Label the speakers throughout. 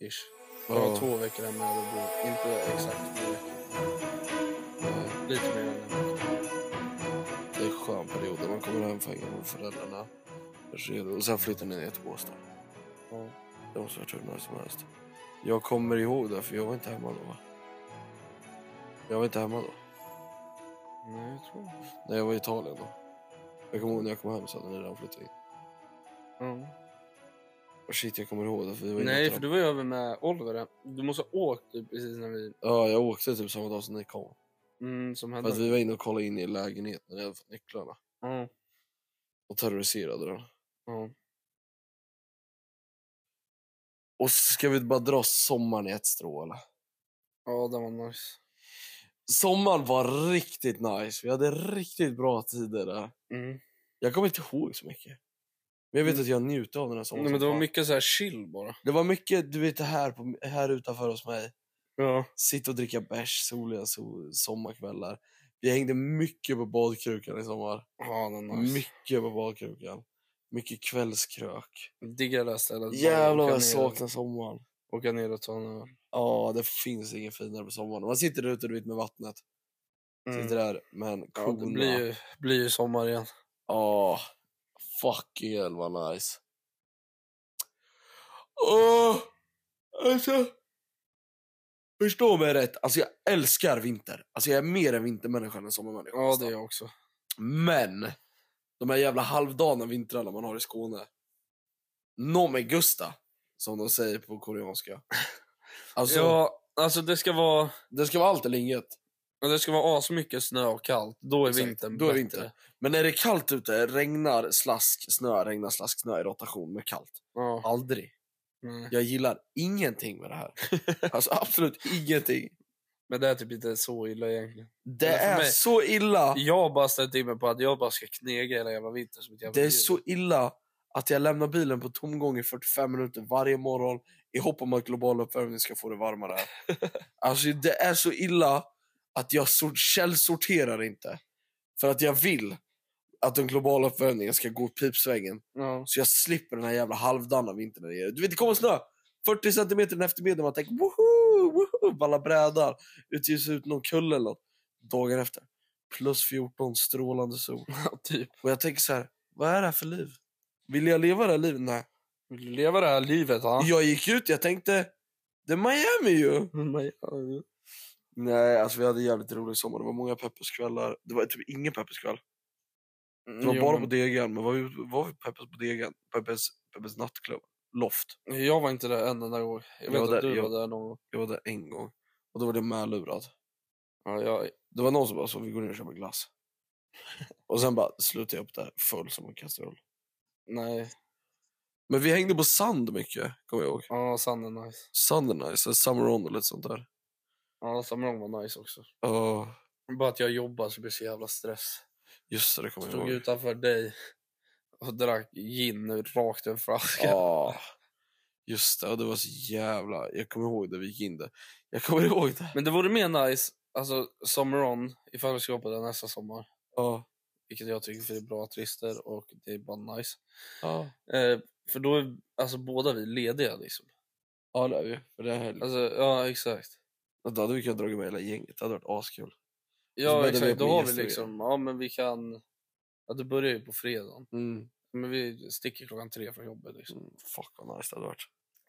Speaker 1: ish. Det var
Speaker 2: Ja.
Speaker 1: två veckor hemma i Örebro. Inte exakt två veckor. Eh, Lite mer än en vecka.
Speaker 2: Det är en skön period. när Man kommer hem från och föräldrarna är redo. Och sen flyttar ni ner till Båstad.
Speaker 1: Ja.
Speaker 2: Det måste ha varit hur nice som helst. Jag kommer ihåg det, för jag var inte hemma då. Va? Jag var inte hemma då.
Speaker 1: Nej, jag tror inte.
Speaker 2: När jag var i Italien då. Jag kommer ihåg när jag kom hem så hade ni redan flyttat in.
Speaker 1: Ja.
Speaker 2: Och shit, jag kommer ihåg det. För vi var inne
Speaker 1: Nej,
Speaker 2: till
Speaker 1: för
Speaker 2: dem.
Speaker 1: då var jag väl med Oliver. Du måste ha åkt typ precis när vi...
Speaker 2: Ja, jag åkte typ samma dag som ni kom.
Speaker 1: Mm, som
Speaker 2: För
Speaker 1: hände.
Speaker 2: att vi var inne och kollade in i lägenheten när ni hade fått nycklarna.
Speaker 1: Ja,
Speaker 2: Och terroriserade den.
Speaker 1: ja.
Speaker 2: Och så ska vi bara dra sommaren i ett strå eller?
Speaker 1: ja, det var nice.
Speaker 2: Sommaren var riktigt nice. Vi hade riktigt bra tider där.
Speaker 1: Mm.
Speaker 2: Jag kommer inte ihåg så mycket. Men jag vet
Speaker 1: Mm.
Speaker 2: att jag njöt av den här sommaren.
Speaker 1: Nej, men
Speaker 2: som
Speaker 1: det var
Speaker 2: fan.
Speaker 1: mycket så här chill bara.
Speaker 2: det var mycket, du vet här, på, här utanför hos mig.
Speaker 1: Ja.
Speaker 2: Sitta och dricka bärs soliga so sommarkvällar. Vi hängde mycket på badkrukan i sommar.
Speaker 1: Ja, det var nice.
Speaker 2: Mycket på badkrukan. Mycket kvällskrök.
Speaker 1: Diggar det här stället. Bara
Speaker 2: Jävlar vad
Speaker 1: åka
Speaker 2: jag
Speaker 1: ner-
Speaker 2: saknar sommaren.
Speaker 1: Åka ner och ta en öl.
Speaker 2: Ja, det finns inget finare på sommaren. Man sitter där ute du vet, med vattnet. Sitter där med en
Speaker 1: Mm. Ja,
Speaker 2: kona.
Speaker 1: det blir ju, blir ju sommar igen.
Speaker 2: Ja, fucking hell vad nice. Åh, alltså. Förstå mig rätt, alltså jag älskar vinter. Alltså jag är mer en vintermänniska än en sommarmänniska.
Speaker 1: Ja, det är jag också.
Speaker 2: Men, de här jävla halvdana vintrarna man har i Skåne. Nomegusta, som de säger på koreanska. Alltså,
Speaker 1: ja, alltså det ska vara...
Speaker 2: det ska vara allt eller inget.
Speaker 1: Men det ska vara asmycket snö och kallt. Då är
Speaker 2: Exakt,
Speaker 1: vintern
Speaker 2: då är
Speaker 1: bättre.
Speaker 2: vinter. Men när det är kallt ute, regnar, slask, snö, regnar, slask, snö i rotation med kallt.
Speaker 1: Ja.
Speaker 2: Aldrig.
Speaker 1: nej.
Speaker 2: Jag gillar ingenting med det här. Alltså absolut ingenting.
Speaker 1: Men det är typ inte så illa egentligen.
Speaker 2: Det
Speaker 1: Eller för
Speaker 2: är
Speaker 1: mig-
Speaker 2: så illa.
Speaker 1: Jag har bara ställt in mig på att jag bara ska knega hela jävla vintern som ett jävla
Speaker 2: Det är
Speaker 1: djur.
Speaker 2: så illa att jag lämnar bilen på tomgång i 45 minuter varje morgon i hopp om att global uppvärmning ska få det varmare. här. alltså det är så illa att jag sort- källsorterar inte. För att jag vill att den globala uppvärmningen ska gå pipsvängen.
Speaker 1: Ja.
Speaker 2: Så jag slipper den här jävla halvdana vintern. där nere. Du vet, det kommer snö. 40 centimeter den eftermiddag. Man tänker woho, woho, balla brädar. Utges ut någon kulle eller något. Dagen efter. Plus 14, strålande sol.
Speaker 1: Ja, typ.
Speaker 2: Och jag tänker så här, vad är det här för liv? Vill jag leva det här livet? Nej.
Speaker 1: Vill du leva det här livet? Ha?
Speaker 2: Jag gick ut, jag tänkte, det är Miami ju. Nej, alltså vi hade jävligt rolig sommar. Det var många Peppers-kvällar. Det var typ ingen Peppers-kväll. Det var bara på Degen. Men var vi, var vi på Peppers på Degen? Peppers, Peppers nattklubb? Loft.
Speaker 1: Jag var inte där en enda gång. Jag vet
Speaker 2: Jag var
Speaker 1: att
Speaker 2: där-
Speaker 1: du
Speaker 2: jag-
Speaker 1: var där någon gång.
Speaker 2: Jag var där en gång. Och då var det med lurad.
Speaker 1: Ja, jag...
Speaker 2: Det var någon som bara så vi går ner och köper glass. och sen bara slutade jag upp där full som en kastrull.
Speaker 1: Nej.
Speaker 2: Men vi hängde på sand mycket, kommer jag ihåg.
Speaker 1: Ja, sanden nice.
Speaker 2: Sand är nice, Summer On och lite sånt där.
Speaker 1: Ja, Samrong var nice också.
Speaker 2: Ja,
Speaker 1: Bara att jag jobbar så blir det så jävla stress.
Speaker 2: just det, det kommer jag
Speaker 1: Stod
Speaker 2: ihåg.
Speaker 1: utanför dig och drack gin ur rakt ur flaskan.
Speaker 2: Ja, just det. Och det var så jävla... Jag kommer ihåg det, vi gick in där. Jag kommer ihåg det.
Speaker 1: Men det vore mer nice, alltså Summer On, ifall vi ska gå på det nästa sommar.
Speaker 2: Ja.
Speaker 1: Vilket jag tycker för det är bra artister och det är bara nice.
Speaker 2: Ja,
Speaker 1: Eh, för då är alltså båda vi lediga liksom.
Speaker 2: ja det är vi. För det är helg.
Speaker 1: Alltså, ja exakt.
Speaker 2: Och Då hade vi kunnat dra med hela gänget. Det hade varit askul. började
Speaker 1: Ja
Speaker 2: vi
Speaker 1: exakt,
Speaker 2: upp
Speaker 1: då
Speaker 2: med
Speaker 1: har vi
Speaker 2: gäster igen.
Speaker 1: liksom, ja men vi kan, ja det börjar ju på fredagen.
Speaker 2: Mm.
Speaker 1: Men vi sticker klockan tre från jobbet liksom.
Speaker 2: Mm, Fuck vad nice det hade varit.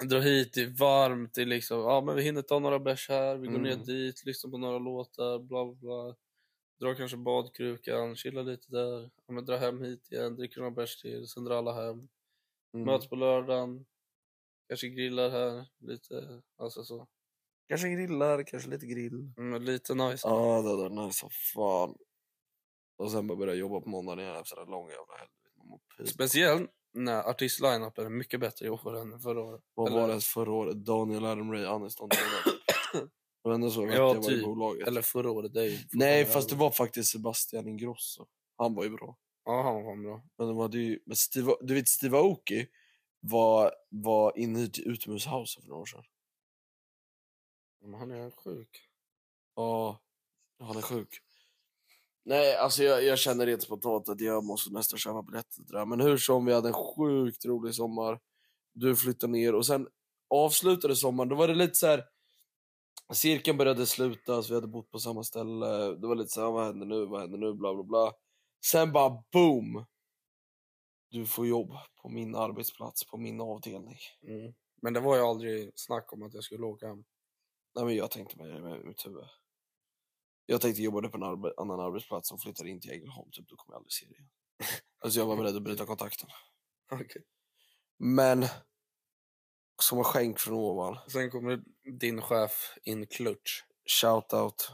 Speaker 1: Drar hit, det är varmt, det är liksom, ja men vi hinner ta några bärs här, vi går ner
Speaker 2: Mm.
Speaker 1: dit, lyssnar på några låtar, bla bla bla. Drar kanske badkrukan, chillar lite där, ja, men drar hem hit igen, dricker några bärs till, sen drar alla hem.
Speaker 2: Mm.
Speaker 1: Möts på lördagen. Kanske grillar här lite. Alltså så.
Speaker 2: Kanske grillar, kanske lite grill.
Speaker 1: Mm, lite nice.
Speaker 2: Ja, det där nice som fan. Och sen bara börja jobba på måndagen igen efter en lång jävla helg. Man mår pis.
Speaker 1: Speciellt när artistline-upen är mycket bättre i år än förra året.
Speaker 2: Vad
Speaker 1: eller-
Speaker 2: var det ens förra året? Daniel Adam Ray Aniston. Det var ändå så att
Speaker 1: Ja,
Speaker 2: jag var i
Speaker 1: typ.
Speaker 2: bolaget.
Speaker 1: Eller förra året. Det är ju
Speaker 2: Nej,
Speaker 1: fortfarande-
Speaker 2: fast det var faktiskt Sebastian Ingrosso. Han var ju bra.
Speaker 1: Ja, han var fan bra.
Speaker 2: Men de hade ju... Men Steve, du vet, Steve Aoki var, var inhyrd till utomhushousen för några år sedan.
Speaker 1: Men han är sjuk.
Speaker 2: Ja, han är sjuk. Nej, alltså jag, jag känner rent spontant att jag måste nästan köpa biljetter till det där. Men hur som, vi hade en sjukt rolig sommar. Du flyttade ner och sen och avslutade sommaren, då var det lite så här... Cirkeln började slutas, vi hade bott på samma ställe. Det var lite så här, vad händer nu, vad händer nu, bla bla bla. Sen bara boom! Du får jobb på min arbetsplats, på min avdelning.
Speaker 1: Mm. Men det var ju aldrig snack om att jag skulle åka hem.
Speaker 2: Nej, men jag tänkte mig det med mitt huvud. Jag tänkte jobba på en arbe- annan arbetsplats och flyttade in till Ängelholm, typ, då kommer jag aldrig se det igen. alltså jag var beredd att bryta kontakten.
Speaker 1: Okej.
Speaker 2: Men, som en skänk från ovan,
Speaker 1: Sen kommer din chef in klutch.
Speaker 2: shout-out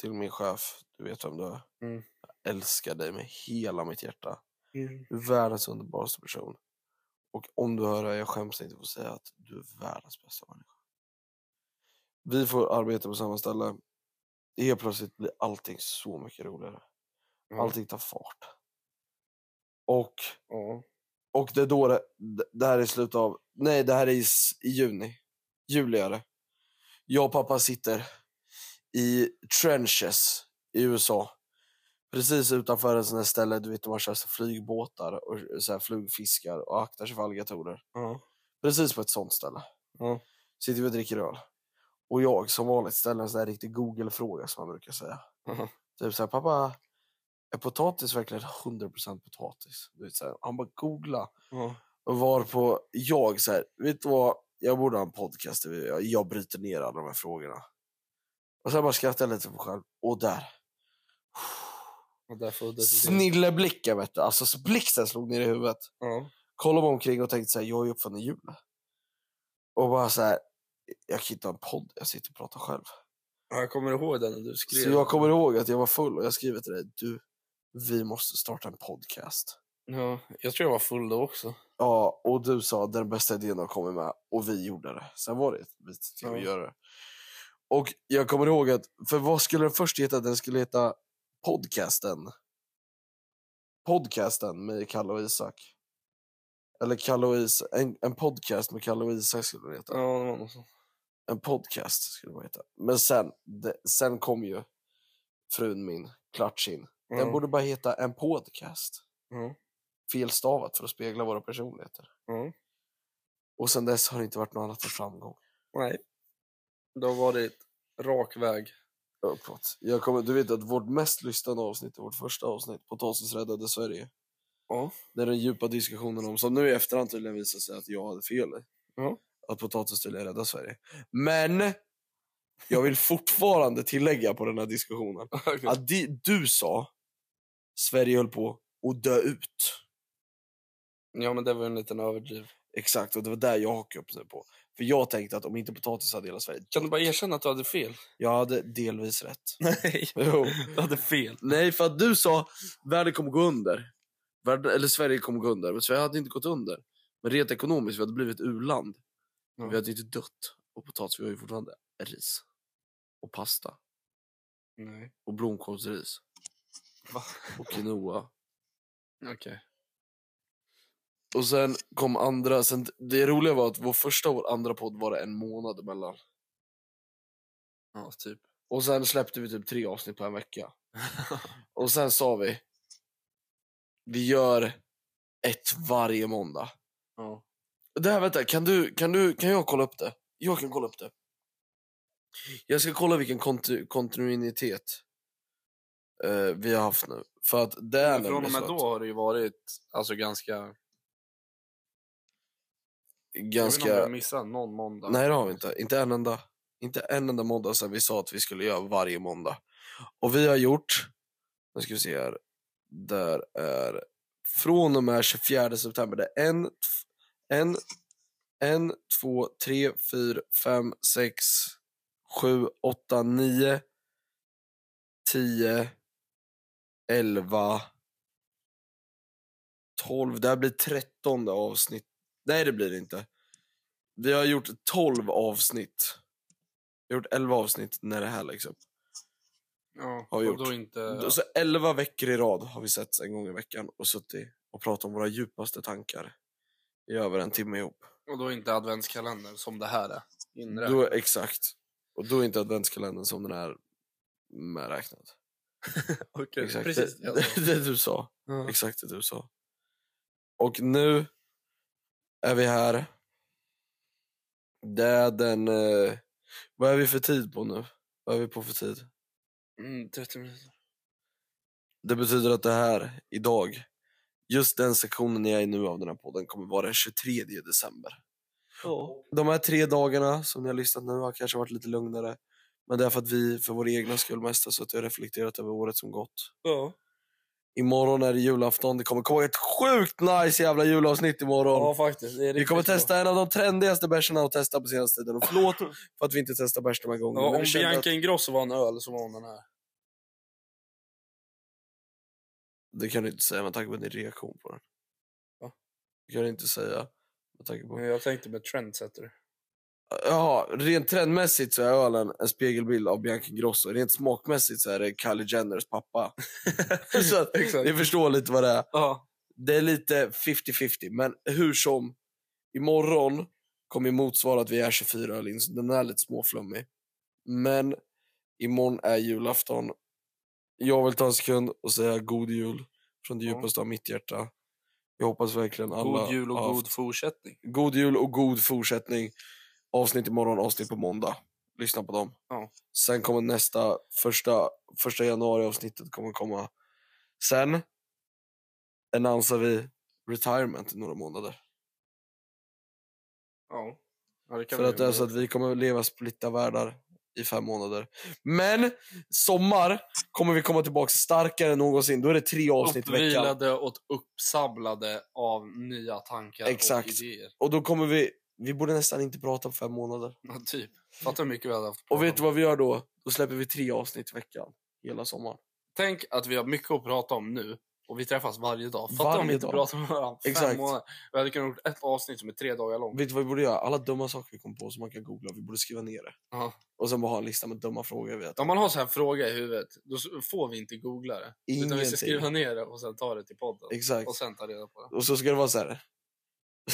Speaker 2: till min chef, du vet vem du är.
Speaker 1: Mm.
Speaker 2: Jag älskar dig med hela mitt hjärta. Du är världens underbaraste person. Och om du hör det här, jag skäms inte för att säga att du är världens bästa människa. Vi får arbeta på samma ställe. Helt plötsligt blir allting så mycket roligare.
Speaker 1: Ja.
Speaker 2: Allting tar fart. Och,
Speaker 1: Ja.
Speaker 2: och det är då det, det här är slutet av... Nej, det här är i, s- i juni. Juli är det. Jag och pappa sitter i trenches i USA. Precis utanför en sån här ställe du vet, där man kör så här flygbåtar och så här flugfiskar och aktar sig för alligatorer.
Speaker 1: Ja.
Speaker 2: Precis på ett sånt ställe.
Speaker 1: Ja.
Speaker 2: Sitter vi och dricker öl. Och jag som vanligt ställer en sån här riktig Google-fråga som man brukar säga.
Speaker 1: Ja.
Speaker 2: Typ så här, pappa, är potatis verkligen 100% potatis? Du vet, så här, han bara googla.
Speaker 1: Ja.
Speaker 2: Och varpå jag så här, vet du vad? Jag borde ha en podcast där vi- jag, jag bryter ner alla de här frågorna. Och sen bara skrattar jag lite för mig själv. Och där.
Speaker 1: Och där föddes det.
Speaker 2: Snilleblicken vet du. Alltså så blixten slog ner i huvudet.
Speaker 1: Ja.
Speaker 2: Kollade mig omkring och tänkte så här, jag är ju uppfunnen i hjulet. Och bara så här, jag kan inte ha en podd, jag sitter och pratar själv.
Speaker 1: Ja, Jag kommer ihåg den när du skrev.
Speaker 2: Så jag kommer ihåg att jag var full och jag skrev till dig, du, vi måste starta en podcast.
Speaker 1: Ja. Jag tror jag var full då också.
Speaker 2: Ja, och du sa den bästa idén har kommit med och vi gjorde det. Sen var det ett bit till
Speaker 1: Ja.
Speaker 2: att göra det. Och jag kommer ihåg att, för vad skulle den först heta? Den skulle heta podcasten. Podcasten med Kalle och Isak. Eller Kalle och Isak, en, en podcast med Kalle och Isak skulle den heta.
Speaker 1: Ja, det var något sånt.
Speaker 2: En podcast skulle det heta. Men sen, det, sen kom ju frun min, Klatschin. Den
Speaker 1: Ja.
Speaker 2: borde bara heta en podcast.
Speaker 1: Ja.
Speaker 2: Felstavat för att spegla våra personligheter.
Speaker 1: Ja.
Speaker 2: Och sen dess har det inte varit något annat än framgång.
Speaker 1: Nej. Det har varit rak väg.
Speaker 2: Uppåt. Jag kommer, du vet att vårt mest lyssnade avsnitt är vårt första avsnitt, Potatis räddade Sverige.
Speaker 1: Ja.
Speaker 2: Det är den djupa diskussionen om, som nu i efterhand tydligen visar sig att jag hade fel i.
Speaker 1: Ja.
Speaker 2: Att potatis tydligen räddade Sverige. Men jag vill fortfarande tillägga på den här diskussionen att di- du sa Sverige höll på att dö ut.
Speaker 1: Ja, men det var en liten överdriv.
Speaker 2: Exakt, och det var där jag hakade upp mig på. För jag tänkte att om inte potatis hade hela Sverige,
Speaker 1: Kan du bara erkänna att du hade fel?
Speaker 2: jag hade delvis rätt.
Speaker 1: Nej.
Speaker 2: Jo.
Speaker 1: Du hade fel.
Speaker 2: Nej, för att du sa världen kommer gå under. Världen, eller Sverige kommer gå under, men Sverige hade inte gått under. Men rent ekonomiskt, vi hade blivit ett u-land. Men
Speaker 1: Ja.
Speaker 2: Vi hade inte dött. Och potatis, vi har ju fortfarande ris. Och pasta.
Speaker 1: Nej.
Speaker 2: Och blomkålsris.
Speaker 1: Va?
Speaker 2: Och quinoa.
Speaker 1: Okej.
Speaker 2: Och sen kom andra. Sen, det roliga var att vår första och vår andra podd var det en månad emellan.
Speaker 1: Ja, typ.
Speaker 2: Och sen släppte vi typ tre avsnitt på en vecka. Och sen sa vi. Vi gör ett varje måndag.
Speaker 1: ja.
Speaker 2: Det här, vänta, kan, du, kan, du, kan jag kolla upp det? Jag kan kolla upp det. Jag ska kolla vilken kontu, kontinuitet eh, vi har haft nu. För att det är
Speaker 1: Men från och
Speaker 2: nämligen
Speaker 1: med
Speaker 2: så
Speaker 1: då har det ju varit alltså ganska...
Speaker 2: att
Speaker 1: Ganska... Jag vet inte om
Speaker 2: ganska...
Speaker 1: jag missade någon måndag.
Speaker 2: Nej, det har vi inte. Inte en enda, inte en enda måndag sen vi sa att vi skulle göra varje måndag. Och vi har gjort... Nu ska vi se här. Där är... Från och med 24 september. Det är en, tf- en, en, två, tre, fyra, fem, sex, sju, åtta, nio, tio, elva, tolv. Det här blir trettonde avsnitt. Nej, det blir det inte. Vi har gjort 12 avsnitt. Vi har gjort 11 avsnitt när det här liksom.
Speaker 1: Ja,
Speaker 2: Har
Speaker 1: och
Speaker 2: gjort.
Speaker 1: då inte...
Speaker 2: Så 11 veckor i rad har vi setts en gång i veckan och suttit och pratat om våra djupaste tankar i över en timme ihop.
Speaker 1: Och då inte adventskalender som det här är. Inre.
Speaker 2: Då, exakt. Och då är inte adventskalendern som den är medräknad.
Speaker 1: Okej,
Speaker 2: Exakt.
Speaker 1: precis.
Speaker 2: det, det, det du sa.
Speaker 1: Ja.
Speaker 2: Exakt det du sa. Och nu är vi här Det är den... Eh, vad är vi för tid på nu? Vad är vi på för tid?
Speaker 1: Mm, 30 minuter.
Speaker 2: Det betyder att det här, idag, just den sektionen jag är i nu av den här podden kommer vara den 23 december.
Speaker 1: Ja.
Speaker 2: De här tre dagarna som ni har lyssnat nu har kanske varit lite lugnare. Men det är för att vi för vår egna skull mest har suttit och reflekterat över året som gått.
Speaker 1: Ja.
Speaker 2: Imorgon är det julafton. Det kommer komma ett sjukt nice jävla julavsnitt imorgon.
Speaker 1: ja, faktiskt. Det är
Speaker 2: vi kommer
Speaker 1: riktigt
Speaker 2: testa en av de trendigaste bärserna att testa på senaste tiden. Och förlåt för att vi inte testar bärs de här gångerna.
Speaker 1: Ja,
Speaker 2: men
Speaker 1: om
Speaker 2: vi kände
Speaker 1: Bianca Ingrosso var en öl så var hon den här.
Speaker 2: att, det kan du inte säga med tanke på din reaktion på den.
Speaker 1: Va?
Speaker 2: Det kan du inte säga med tanke på...
Speaker 1: Men jag tänkte med trendsetter.
Speaker 2: Ja, rent trendmässigt så är ölen en spegelbild av Bianca Ingrosso. Rent smakmässigt så är det Kylie Jenners pappa. så att
Speaker 1: Exakt.
Speaker 2: ni förstår lite vad det är.
Speaker 1: Ja.
Speaker 2: Det är lite 50-50, men hur som. Imorgon kommer ju motsvara att vi är 24 öl in, så den är lite småflummig. Men imorgon är julafton. Jag vill ta en sekund och säga god jul från det
Speaker 1: Ja.
Speaker 2: djupaste av mitt hjärta. Jag hoppas verkligen alla...
Speaker 1: God jul och
Speaker 2: har haft
Speaker 1: god fortsättning.
Speaker 2: God jul och god fortsättning. Avsnitt imorgon, avsnitt på måndag. Lyssna på dem.
Speaker 1: Ja.
Speaker 2: Sen kommer nästa, första, första januari-avsnittet kommer komma. Sen annonsar vi retirement i några månader.
Speaker 1: Ja. ja det kan
Speaker 2: För
Speaker 1: vi
Speaker 2: att det är
Speaker 1: göra.
Speaker 2: så att vi kommer leva splitta världar i fem månader. Men sommar kommer vi komma tillbaka starkare än någonsin. Då är det tre avsnitt i veckan.
Speaker 1: Uppvilade och uppsamlade av nya tankar
Speaker 2: Exakt.
Speaker 1: och idéer.
Speaker 2: Och då kommer vi, vi borde nästan inte prata om fem månader.
Speaker 1: Ja, typ. Fattar hur mycket vi hade haft. att
Speaker 2: Och
Speaker 1: prata
Speaker 2: vet du
Speaker 1: om.
Speaker 2: vad vi gör då? Då släpper vi tre avsnitt i veckan. Hela sommaren.
Speaker 1: Tänk att vi har mycket att prata om nu och vi träffas varje dag. Fattar om
Speaker 2: Varje
Speaker 1: vi inte
Speaker 2: dag.
Speaker 1: pratar med varandra fem
Speaker 2: Exakt.
Speaker 1: månader. Vi hade kunnat gjort ett avsnitt som är tre dagar långt.
Speaker 2: Vet du vad vi borde göra? Alla dumma saker vi kom på som man kan googla, vi borde skriva ner det.
Speaker 1: Ja.
Speaker 2: Och sen bara ha en lista med dumma frågor vi har.
Speaker 1: Om man har så här fråga i huvudet, då s- får vi inte googla det. Utan vi
Speaker 2: Ingenting.
Speaker 1: ska skriva ner det och sen ta det till podden.
Speaker 2: Exakt.
Speaker 1: Och sen ta reda på det.
Speaker 2: Och så ska det vara så här.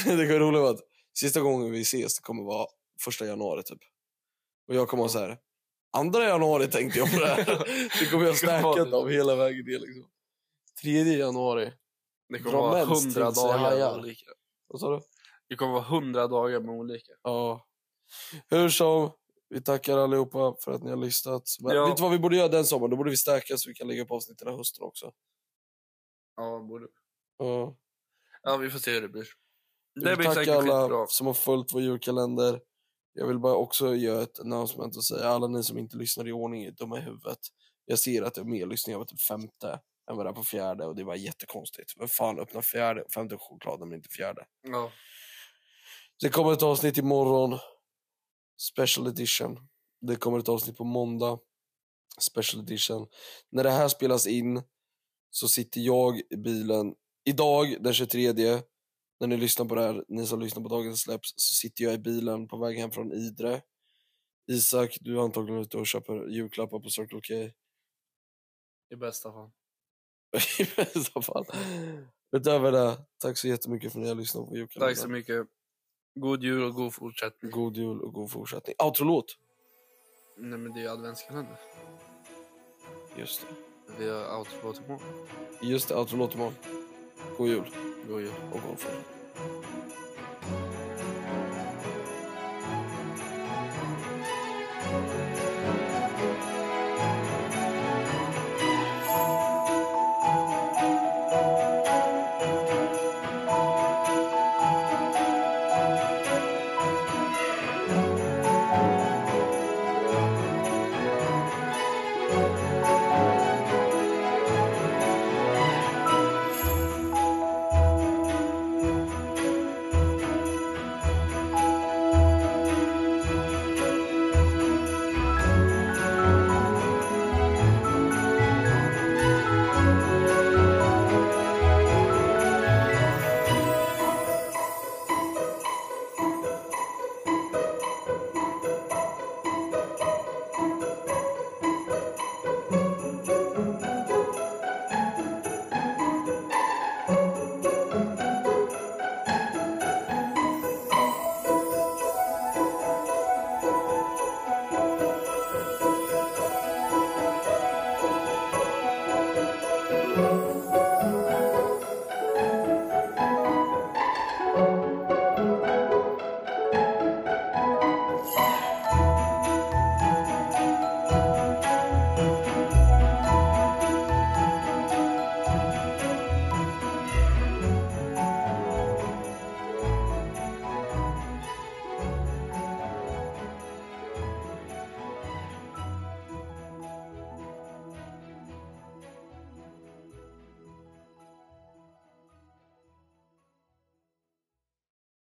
Speaker 2: det kommer roligt vara att sista gången vi ses det kommer vara första januari typ. Och jag kommer vara så här. Andra januari tänkte jag på det här. det kommer jag
Speaker 1: Det kommer vara
Speaker 2: stärka
Speaker 1: det.
Speaker 2: av hela vägen ner liksom. Tredje januari.
Speaker 1: Det kommer
Speaker 2: Dra
Speaker 1: vara
Speaker 2: mens
Speaker 1: hundra
Speaker 2: till sig
Speaker 1: dagar med
Speaker 2: hajar.
Speaker 1: olika.
Speaker 2: Vad sa du?
Speaker 1: Det kommer vara hundra dagar med olika.
Speaker 2: Ja. Hur som, vi tackar allihopa för att ni har lyssnat. Men
Speaker 1: Ja.
Speaker 2: Vet du vad vi borde göra den sommaren? Då borde vi stärka så vi kan lägga upp avsnitt den här hösten också.
Speaker 1: Ja, borde.
Speaker 2: Ja.
Speaker 1: ja, vi får se hur det blir.
Speaker 2: Jag
Speaker 1: Det
Speaker 2: vill
Speaker 1: blir säkert
Speaker 2: tacka alla
Speaker 1: skitbra.
Speaker 2: som har följt vår julkalender. Jag vill bara också göra ett announcement och säga alla ni som inte lyssnar i ordning är dumma i huvudet. Jag ser att det är mer lyssningar på typ femte än vad det är på fjärde och det var jättekonstigt. Vad fan öppnar fjärde, femte chokladen men inte fjärde.
Speaker 1: Ja.
Speaker 2: Det kommer ett avsnitt imorgon. Special edition. Det kommer ett avsnitt på måndag. Special edition. När det här spelas in så sitter jag i bilen idag den 23. När ni lyssnar på det här, ni som lyssnar på dagens släpps, så sitter jag i bilen på väg hem från Idre. Isak, du är antagligen ute och köper julklappar på Circle K.
Speaker 1: I bästa fall.
Speaker 2: I bästa fall. Utöver det, tack så jättemycket för att ni har lyssnat på julkalendern.
Speaker 1: Tack så mycket. God jul och god fortsättning.
Speaker 2: God jul och god fortsättning. Outro-låt!
Speaker 1: Nej, men det är ju adventskalender.
Speaker 2: Just det.
Speaker 1: Vi har outro på imorgon.
Speaker 2: Just det, Outro-låt imorgon. God jul
Speaker 1: God jul.
Speaker 2: och god fortsättning.